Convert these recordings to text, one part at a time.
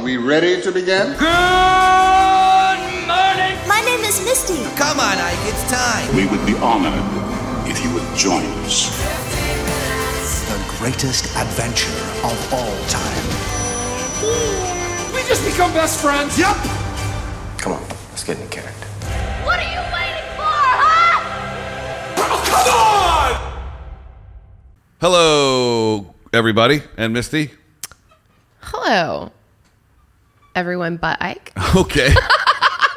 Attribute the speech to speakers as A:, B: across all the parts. A: we ready to begin?
B: My name is Misty.
C: Come on, Ike, it's time.
D: We would be honored if you would join us.
E: the greatest adventure of all time.
F: We just become best friends. Yep.
G: Come on, let's get in character.
B: What are you waiting for, huh?
H: Hello, everybody, and Misty.
I: Hello, everyone but Ike.
H: Okay.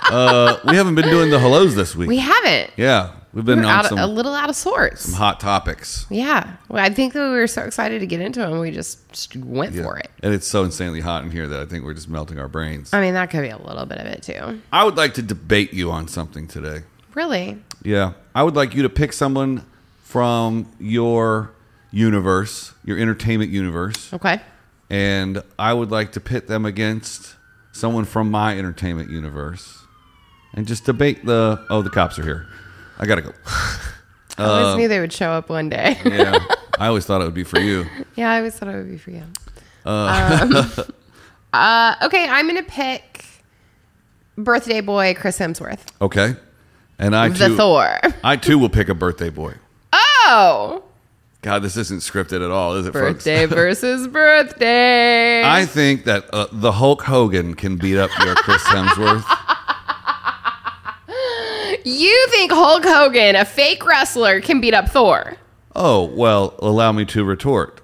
H: uh, we haven't been doing the hellos this week.
I: We haven't.
H: yeah, we've
I: We
H: been
I: were
H: on
I: out,
H: some
I: a little out of sorts.
H: hot topics.
I: Yeah. Well, I think that we were so excited to get into them, we just, just went for it.
H: And it's so insanely hot in here that I think we're just melting our brains.
I: I mean, that could be a little bit of it too.
H: I would like to debate you on something today.
I: Really?
H: Yeah. I would like you to pick someone from your universe, your entertainment universe,
I: Okay.
H: and I would like to pit them against someone from my entertainment universe and just debate the oh, the cops are here. I got to go.
I: I always knew they would show up one day. Yeah,
H: Um, Yeah. I always thought it would be for you.
I: I always thought it would be for you.
H: Uh,
I: um, uh, okay, I'm gonna pick birthday boy Chris Hemsworth,
H: Okay. And I
I: the
H: too,
I: Thor.
H: I too will pick a birthday boy.
I: Oh,
H: God, this isn't scripted at all, is it,
I: birthday
H: folks?
I: versus birthday.
H: I think that uh, the Hulk Hogan can beat up your Chris Hemsworth.
I: You think Hulk Hogan, a fake wrestler, can beat up Thor?
H: oh, well, allow me to retort.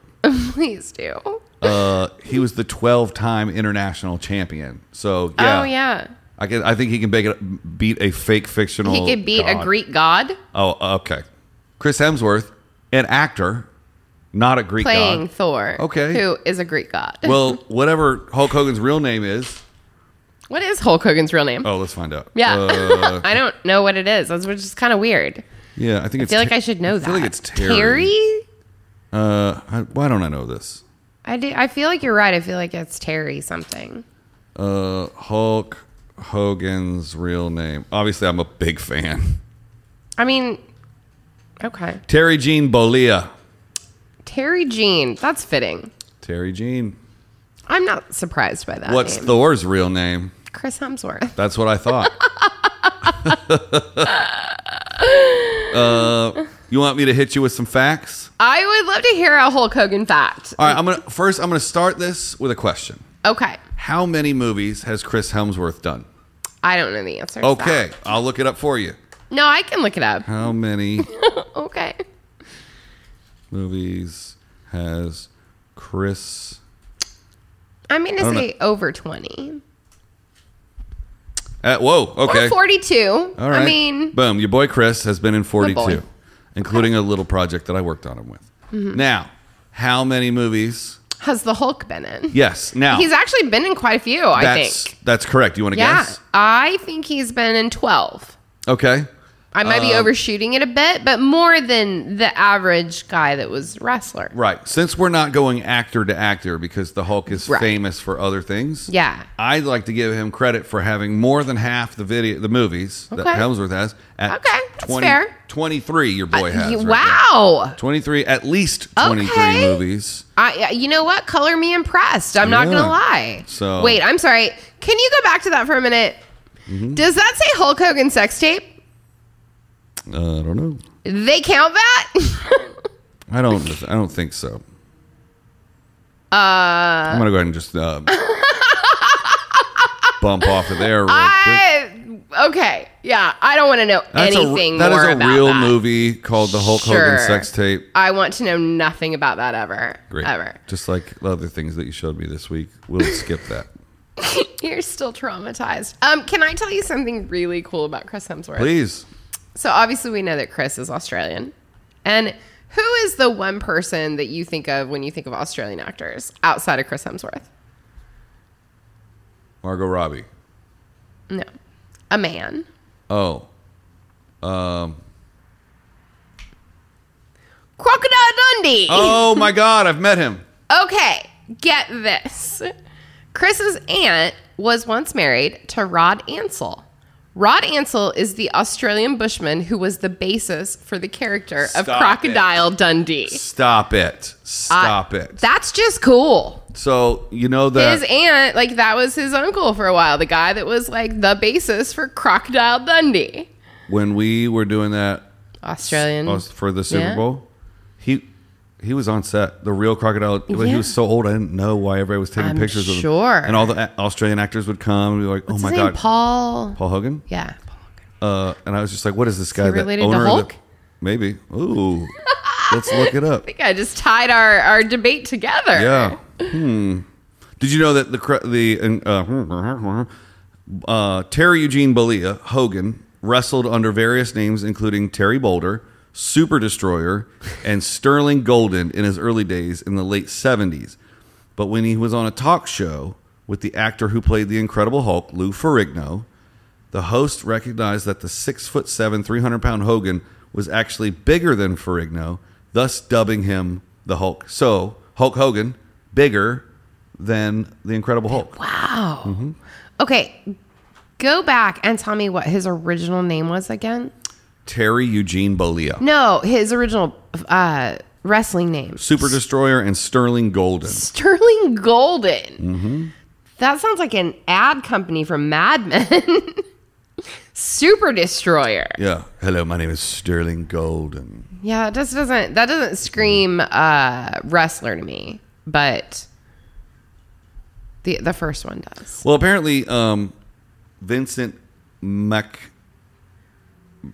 I: Please do.
H: Uh, he was the 12-time international champion. So, yeah.
I: Oh yeah,
H: I can, I think he can make it, beat a fake fictional
I: he could beat a
H: Oh, god.
I: Greek god
H: Oh, okay. Chris Hemsworth, an actor, not a Greek
I: playing
H: god.
I: Thor.
H: Okay.
I: who is a Greek god?
H: well, whatever Hulk Hogan's real name is.
I: what is Hulk Hogan's real name?
H: Oh, let's find out.
I: yeah,
H: Uh,
I: I don't know what it is. That's which is kind of weird.
H: Yeah, I think
I: I
H: it's
I: feel like
H: Ter-
I: I should know
H: I
I: that.
H: feel like it's Terry.
I: Terry?
H: Uh, I, why don't I know this?
I: I do. I feel like you're right. I feel like it's Terry something.
H: Uh, Hulk Hogan's real name. Obviously, I'm a big fan.
I: I mean, okay,
H: Terry Jean Bollea.
I: Terry Jean. That's fitting.
H: Terry Jean.
I: I'm not surprised by that.
H: What's
I: name.
H: Thor's real name?
I: Chris Hemsworth?
H: That's what I thought. uh, you want me to hit you with some facts?
I: I would love to hear a Hulk Hogan fact.
H: All right, I'm gonna first. I'm gonna start this with a question.
I: Okay.
H: How many movies has Chris Hemsworth done?
I: I don't know the answer. to
H: Okay,
I: that.
H: I'll look it up for you.
I: No, I can look it up.
H: How many
I: Okay.
H: movies has Chris?
I: I'm going to
H: don't
I: say over 20.
H: Uh, whoa, okay.
I: Or 42.
H: All right.
I: I mean,
H: boom, your boy Chris has been in 42,
I: boy.
H: including a little project that I worked on him with.
I: Mm-hmm.
H: Now, how many movies?
I: has the Hulk been in?
H: Yes, now.
I: He's actually been in quite a few, I
H: that's,
I: think.
H: That's correct. You want to
I: Yeah.
H: guess?
I: I think he's been in 12.
H: Okay.
I: I might
H: Um,
I: be overshooting it a bit, but more than the average guy that was wrestler.
H: Right. Since we're not going actor to actor because the Hulk is
I: Right.
H: famous for other things.
I: Yeah.
H: I'd like to give him credit for having more than half the video, the movies
I: Okay.
H: that Hemsworth has. At
I: Okay, that's fair.
H: 23, your boy has.
I: You-
H: right now.
I: wow.
H: 23, at least 23
I: Okay.
H: movies.
I: I, you know what? Color me impressed. I'm not
H: Yeah.
I: gonna lie.
H: So-
I: wait, I'm sorry. Can you go back to that for a minute?
H: Mm-hmm.
I: Does that say Hulk Hogan sex tape?
H: Uh, I don't know.
I: They count that?
H: I don't. I don't think so. Uh, I'm gonna go ahead and just uh, bump off of there. Real quick.
I: I, okay. Yeah, I don't want to know anything
H: that is
I: more
H: a
I: about
H: real
I: that.
H: movie called The Hulk
I: Sure.
H: Hogan Sex Tape.
I: I want to know nothing about that ever.
H: Great.
I: Ever.
H: Just like the other things that you showed me this week, we'll skip that.
I: You're still traumatized. Um, can I tell you something really cool about Chris Hemsworth?
H: Please.
I: So obviously we know that Chris is Australian. And who is the one person that you think of when you think of Australian actors outside of Chris Hemsworth?
H: Margot Robbie.
I: No. A man.
H: Oh, Um,
I: Crocodile Dundee.
H: oh my God! I've met him.
I: Okay, get this. Chris's aunt was once married to Rod Ansell. Rod Ansell is the Australian bushman who was the basis for the character of
H: Stop
I: Crocodile Dundee.
H: Stop it!
I: I-
H: Stop it!
I: That's just cool.
H: So you know that
I: Uh, His aunt, like that was his uncle for a while, the guy that was like the basis for Crocodile Dundee.
H: when we were doing that
I: Australian.
H: s- us- for the Super
I: Yeah.
H: Bowl, he he was on set. The real crocodile. Like, He
I: Yeah.
H: was so old, I didn't know why everybody was taking
I: I'm
H: pictures of him.
I: sure.
H: And all the a- Australian actors would come and be like,
I: What's
H: "Oh my
I: his name?
H: god,
I: Paul.
H: Paul Hogan."
I: Yeah.
H: Uh, and I was just like, "What is this guy?
I: he
H: the
I: related to
H: owner of the-
I: Hulk?
H: maybe. Ooh, let's look it up.
I: I think I just tied our, our debate together.
H: Yeah. Hmm. Did you know that the cr- the uh, uh, Terry Eugene Balea Hogan wrestled under various names, including Terry Boulder, Super Destroyer, and Sterling Golden in his early days in the late seventies. But when he was on a talk show with the actor who played the Incredible Hulk, Lou Ferrigno, the host recognized that the six foot seven, three hundred pound Hogan was actually bigger than Ferrigno, thus dubbing him the Hulk. So Hulk Hogan, bigger than the Incredible Hulk.
I: Wow. Okay. Go back and tell me what his original name was again.
H: Terry Eugene Bollea,
I: No, his original uh, wrestling name.
H: Super Destroyer, and Sterling Golden.
I: Sterling Golden.
H: Mm-hmm.
I: That sounds like an ad company from Mad Men. Super Destroyer.
H: Yeah. Hello, my name is Sterling Golden.
I: Yeah, it just doesn't that doesn't scream uh, wrestler to me, but the the first one does.
H: Well, apparently, um, Vincent Mac.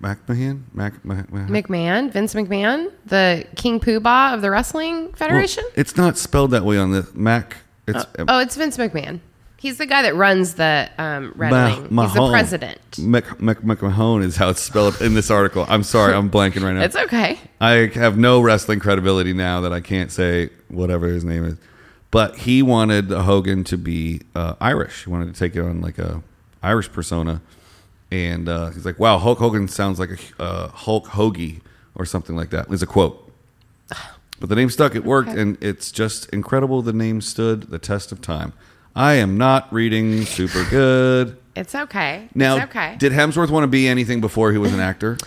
H: McMahon? Mac, Mac, Mac-
I: McMahon, Vince McMahon, the King Poobah of the Wrestling
H: Well,
I: Federation.
H: it's not spelled that way on the Mac. It's
I: oh, it's Vince McMahon. He's the guy that runs the um, Red
H: Ma-
I: Wing. He's the
H: Mahone.
I: president.
H: Mc, Mc, McMahon is how it's spelled in this article. I'm sorry, I'm blanking right now.
I: It's okay.
H: I have no wrestling credibility now that I can't say whatever his name is. But he wanted Hogan to be uh, Irish. He wanted to take it on like a Irish persona, and uh, he's like, "Wow, Hulk Hogan sounds like a uh, Hulk Hoagie or something like that." Is a quote. But the name stuck. It worked,
I: Okay.
H: and it's just incredible. The name stood the test of time. I am not reading super good.
I: It's okay.
H: Now,
I: it's okay.
H: did Hemsworth want to be anything before he was an actor?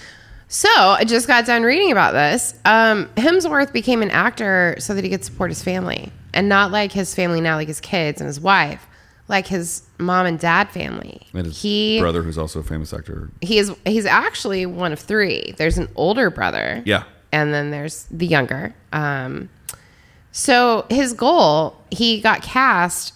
I: So I just got done reading about this. Um, Hemsworth became an actor so that he could support his family, and not like his family now, like his kids and his wife, like his mom and dad family.
H: And his
I: he
H: brother, who's also a famous actor.
I: he is he's actually one of three. There's an older brother,
H: Yeah.
I: and then there's the younger. Um, so his goal, he got cast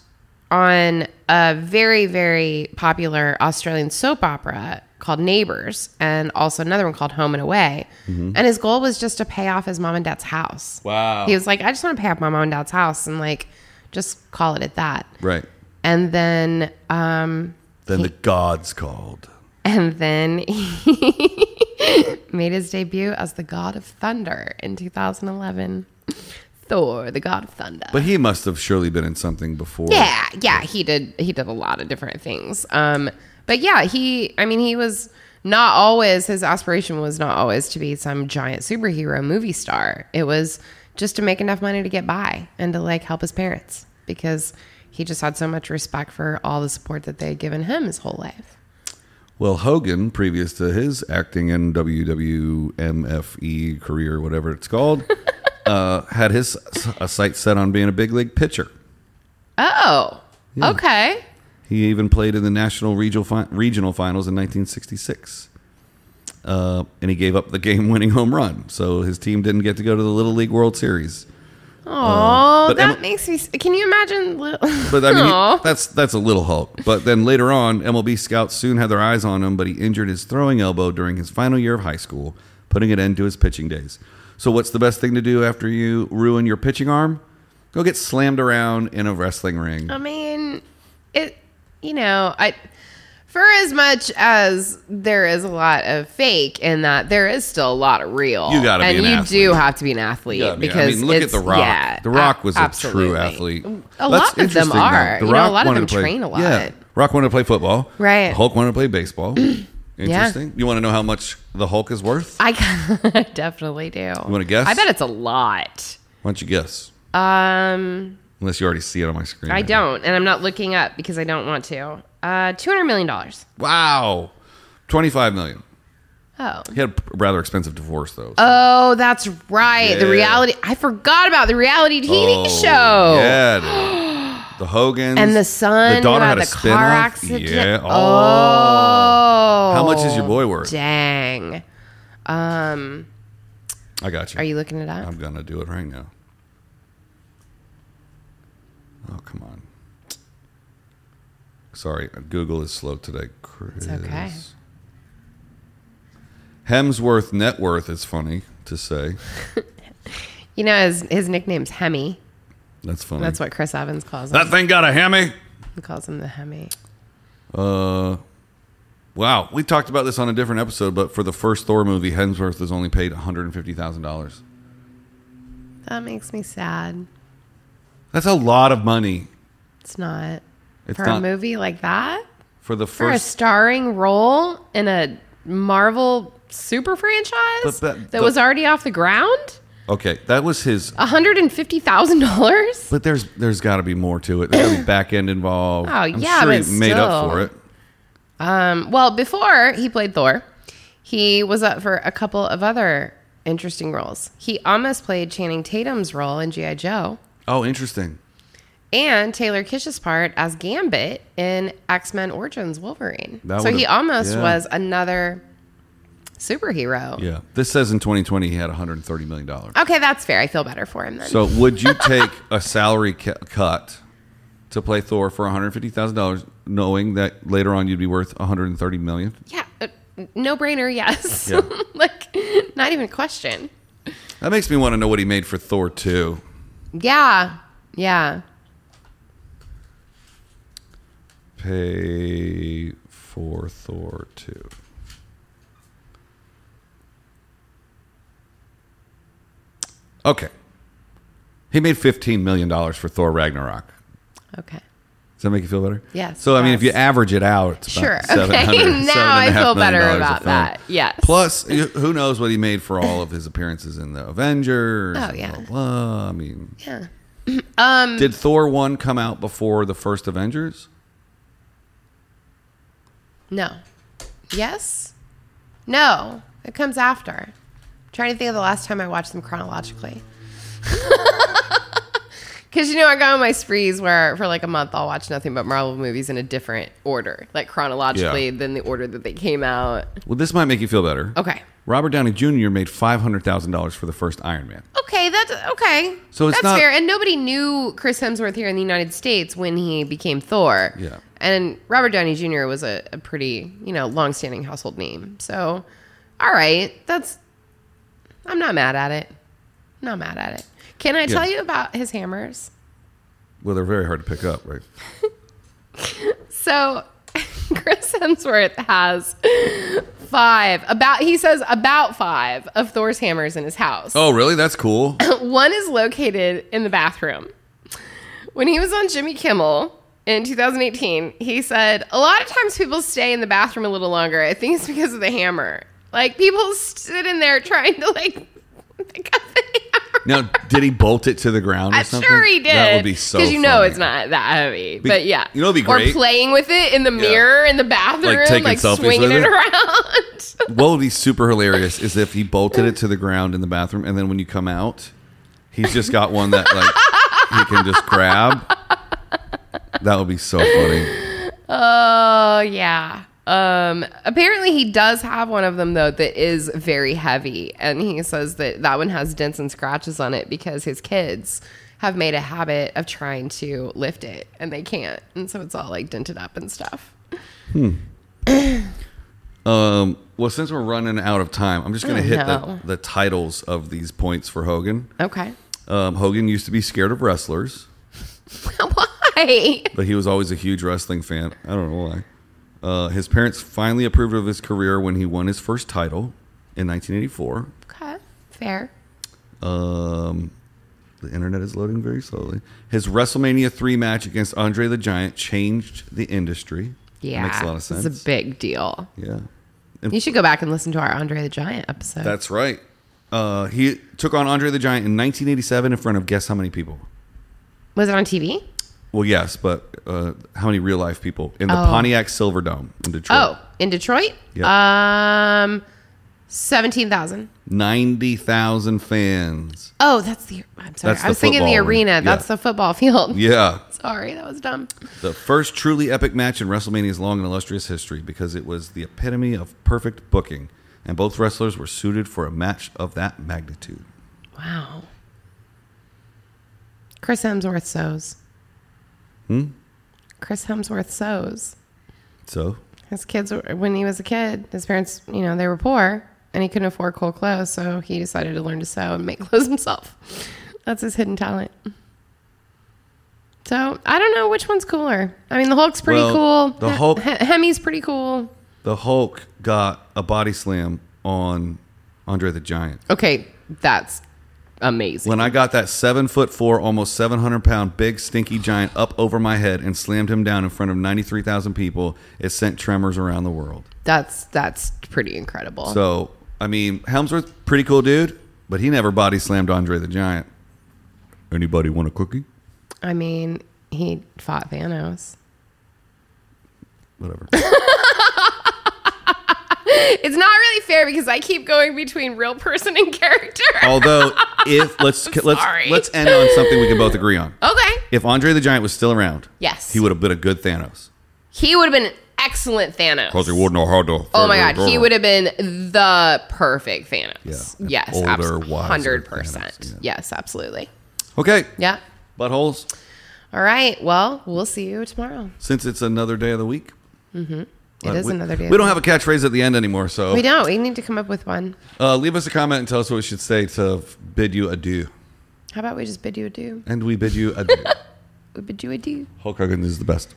I: on a very very popular Australian soap opera called Neighbours, and also another one called Home and Away. And his goal was just to pay off his mom and dad's house.
H: Wow.
I: He was like, I just want to pay off my mom and dad's house, and like, just call it at that.
H: Right.
I: And then um,
H: Then the gods called.
I: and then he made his debut as the god of thunder in 2011 thor the god of thunder
H: But he must have surely been in something before.
I: yeah yeah he did he did a lot of different things um but yeah he i mean he was not always his aspiration was not always to be some giant superhero movie star it was just to make enough money to get by and to like help his parents because he just had so much respect for all the support that they had given him his whole life
H: Well, Hogan, previous to his acting in WWMFE E career, whatever it's called, uh, had his a sight set on being a big league pitcher.
I: oh okay
H: He even played in the national regional fi- regional finals in 1966. Uh, and he gave up the game-winning home run, so his team didn't get to go to the Little League World Series.
I: Oh,
H: but
I: that
H: Emma-
I: makes me. s- Can you imagine? Li-
H: But I mean,
I: Aw.
H: he, that's that's a little Hulk. But then later on, MLB scouts soon had their eyes on him, but he injured his throwing elbow during his final year of high school, putting an end to his pitching days. So, what's the best thing to do after you ruin your pitching arm? Go get slammed around in a wrestling ring.
I: I mean, it. You know, I. For as much as there is a lot of fake in that, there is still a lot of real.
H: You gotta be
I: and
H: an
I: you
H: athlete.
I: do have to be an athlete
H: Yeah, I mean-
I: because
H: I mean, look at
I: it's-
H: The Rock.
I: yeah,
H: the Rock
I: a-
H: was a true
I: absolutely.
H: athlete.
I: A lot of them
H: interesting, though.
I: are.
H: The
I: you know, a lot of
H: wanted
I: them
H: to play-
I: train a lot.
H: Yeah, Rock wanted to play football.
I: Right.
H: The Hulk wanted to play baseball. interesting. You want to know how much the Hulk is worth?
I: I, I definitely do. You
H: wanna guess?
I: I bet it's a lot.
H: Why don't you guess?
I: Um.
H: Unless you already see it on my screen.
I: I
H: right now.
I: don't, and I'm not looking up because I don't want to. Uh, two hundred million dollars.
H: Wow. 25 million.
I: Oh,
H: He had a rather expensive divorce though. so-
I: oh, that's right. The
H: Yeah.
I: reality. I forgot about the reality TV
H: Oh,
I: show.
H: Yeah. dude. the Hogans,
I: And the son who had the car
H: spin-off.
I: accident.
H: Yeah. Oh.
I: Oh.
H: How much is your boy worth?
I: Dang. Um,
H: I got you.
I: are you looking it up?
H: I'm gonna do it right now. Oh come on. Sorry, Google is slow today, Chris.
I: okay.
H: Hemsworth net worth is funny to say.
I: you know, his, his nickname's Hemi.
H: mm. That's funny.
I: That's what Chris Evans calls him.
H: that thing got a hammy.
I: He calls him the Hemi.
H: Uh, wow. We talked about this on a different episode, but for the first Thor movie, Hemsworth was only paid one hundred and fifty thousand dollars.
I: That makes me sad.
H: That's a lot of money.
I: It's not.
H: It's
I: for
H: not
I: a movie like that?
H: for the
I: For a
H: first.
I: starring role in a Marvel super franchise
H: But that-
I: that
H: but-
I: was already off the ground?
H: okay, that was his.
I: $150,000?
H: But there's there's got to be more to it. There's got to be back end involved.
I: Oh,
H: I'm
I: yeah,
H: sure
I: but
H: he made up
I: still.
H: for it.
I: Um, well, before he played Thor, he was up for a couple of other interesting roles. He almost played Channing Tatum's role in G.I. Joe
H: Oh, interesting.
I: and Taylor Kish's part as Gambit in X Men Origins Wolverine.
H: That
I: so he
H: would've-
I: almost
H: yeah.
I: was another superhero.
H: Yeah, this says in 2020 he had 130 million dollars.
I: Okay, that's fair. I feel better for him then.
H: So would you take a salary ca- cut to play Thor for 150 thousand dollars, knowing that later on you'd be worth 130 million?
I: yeah, uh, no brainer, yes.
H: Yeah.
I: like, not even a question.
H: That makes me want to know what he made for Thor 2.
I: Yeah, yeah.
H: Pay for Thor 2. Okay. He made $15 million for Thor Ragnarok.
I: Okay.
H: Does that make you feel better?
I: Yes,
H: So I mean,
I: it
H: if you
I: does.
H: average it out, it's
I: Sure,
H: About
I: okay.
H: 700
I: Now
H: seven and a
I: I
H: half
I: feel
H: million
I: better
H: dollars a
I: about
H: film.
I: that. Yes.
H: Plus, you- who knows what he made for all of his appearances in the Avengers?
I: Oh,
H: and
I: yeah.
H: Blah, blah. I mean,
I: Yeah.
H: did Thor one come out before the first Avengers?
I: No. Yes? No. It comes after. I'm trying to think of the last time I watched them chronologically. Because, you know, I got on my sprees where for like a month I'll watch nothing but Marvel movies in a different order, like chronologically
H: Yeah.
I: than the order that they came out.
H: Well, this might make you feel better.
I: Okay.
H: Robert Downey Jr. made five hundred thousand dollars for the first Iron Man.
I: Okay, that's okay.
H: So it's
I: that's
H: not-
I: fair. And nobody knew Chris Hemsworth here in the United States when he became Thor.
H: Yeah.
I: And Robert Downey Jr. was a, a pretty, you know, long-standing household name. So, all right, that's. I'm not mad at it. Not mad at it. Can I tell you about his hammers?
H: Well, they're very hard to pick up, right?
I: So, Chris Hemsworth has five about. He says about five of Thor's hammers in his house.
H: Oh, really? That's cool.
I: One is located in the bathroom. When he was on Jimmy Kimmel in 2018, he said, A lot of times people stay in the bathroom a little longer. I think it's because of the hammer. Like, people sit in there trying to, like, pick up the hammer.
H: now, did he bolt it to the ground or
I: I'm
H: something?
I: sure he did.
H: That would be so.
I: Because you know
H: funny.
I: it's not that heavy. but yeah.
H: you know what'd be
I: Or
H: great?
I: playing with it in the mirror in the bathroom,
H: taking
I: like,
H: selfies
I: swinging
H: with
I: it
H: it?
I: around.
H: what would be super hilarious is if he bolted it to the ground in the bathroom, and then when you come out, he's just got one that like he can just grab. That would be so funny.
I: Oh yeah. Um apparently he does have one of them though that is very heavy and he says that that one has dents and scratches on it because his kids have made a habit of trying to lift it and they can't and so it's all like dented up and stuff.
H: Um, well, since we're running out of time, I'm just going
I: Oh,
H: to hit
I: no.
H: the, the titles of these points for Hogan.
I: Okay.
H: Um, Hogan used to be scared of wrestlers,
I: Why?
H: but he was always a huge wrestling fan. I don't know why. Uh, his parents finally approved of his career when he won his first title in 1984.
I: Okay. Fair.
H: Um, the internet is loading very slowly. His WrestleMania three match against Andre the Giant changed the industry. That
I: Yeah.
H: makes a lot of sense.
I: It's a big deal.
H: yeah,
I: You should go back and listen to our Andre the Giant episode.
H: that's right. Uh, he took on Andre the Giant in 1987 in front of guess how many people?
I: Was it on TV?
H: Well, yes, but uh, how many real life people in the
I: Oh.
H: Pontiac Silverdome in Detroit?
I: Oh, in Detroit?
H: Yep.
I: Um 17,000.
H: ninety thousand fans.
I: Oh, that's the. I'm sorry.
H: That's
I: I was
H: the
I: thinking the
H: football arena.
I: arena. That's
H: Yeah.
I: the football field.
H: Yeah,
I: Sorry, that was dumb.
H: The first truly epic match in WrestleMania's long and illustrious history because it was the epitome of perfect booking, and both wrestlers were suited for a match of that magnitude.
I: Wow. Chris Hemsworth sews. Hmm? Chris Hemsworth sews.
H: So,
I: His kids, were- when he was a kid, his parents, you know, they were poor and he couldn't afford cool clothes, so he decided to learn to sew and make clothes himself. That's his hidden talent. So I don't know which one's cooler. I mean, the Hulk's pretty
H: Well,
I: cool.
H: the
I: He-
H: Hulk-
I: He- Hemi's pretty cool.
H: the Hulk got a body slam on Andre the Giant.
I: Okay, that's amazing.
H: When I got that seven foot four, almost 700 pound big stinky giant up over my head and slammed him down in front of 93,000 people, it sent tremors around the world.
I: That's that's pretty incredible.
H: So, I mean, Helmsworth, pretty cool dude, but he never body slammed Andre the Giant. Anybody want a cookie?
I: I mean, he fought Thanos.
H: Whatever.
I: It's not really fair because I keep going between real person and character.
H: Although, if let's let's
I: Sorry.
H: let's end on something we can both agree on.
I: okay.
H: If Andre the Giant was still around,
I: Yes.
H: he would have been a good Thanos.
I: He would have been an excellent Thanos.
H: Because he would know how to.
I: Oh my god, he would have been the perfect Thanos.
H: Yeah, an
I: Yes,
H: older,
I: absolutely.
H: wiser
I: Hundred percent.
H: Thanos, yeah.
I: Yes, absolutely.
H: Okay.
I: Yeah.
H: Buttholes.
I: All right. Well, we'll see you tomorrow.
H: Since it's another day of the week.
I: Mm-hmm. It
H: uh,
I: is
H: we,
I: another day.
H: We don't have a catchphrase at the end anymore, so
I: We don't. We need to come up with one.
H: Uh, leave us a comment and tell us what we should say to f- bid you adieu.
I: How about we just bid you adieu?
H: And we bid you adieu.
I: We bid you adieu.
H: Hulk Hogan is the best.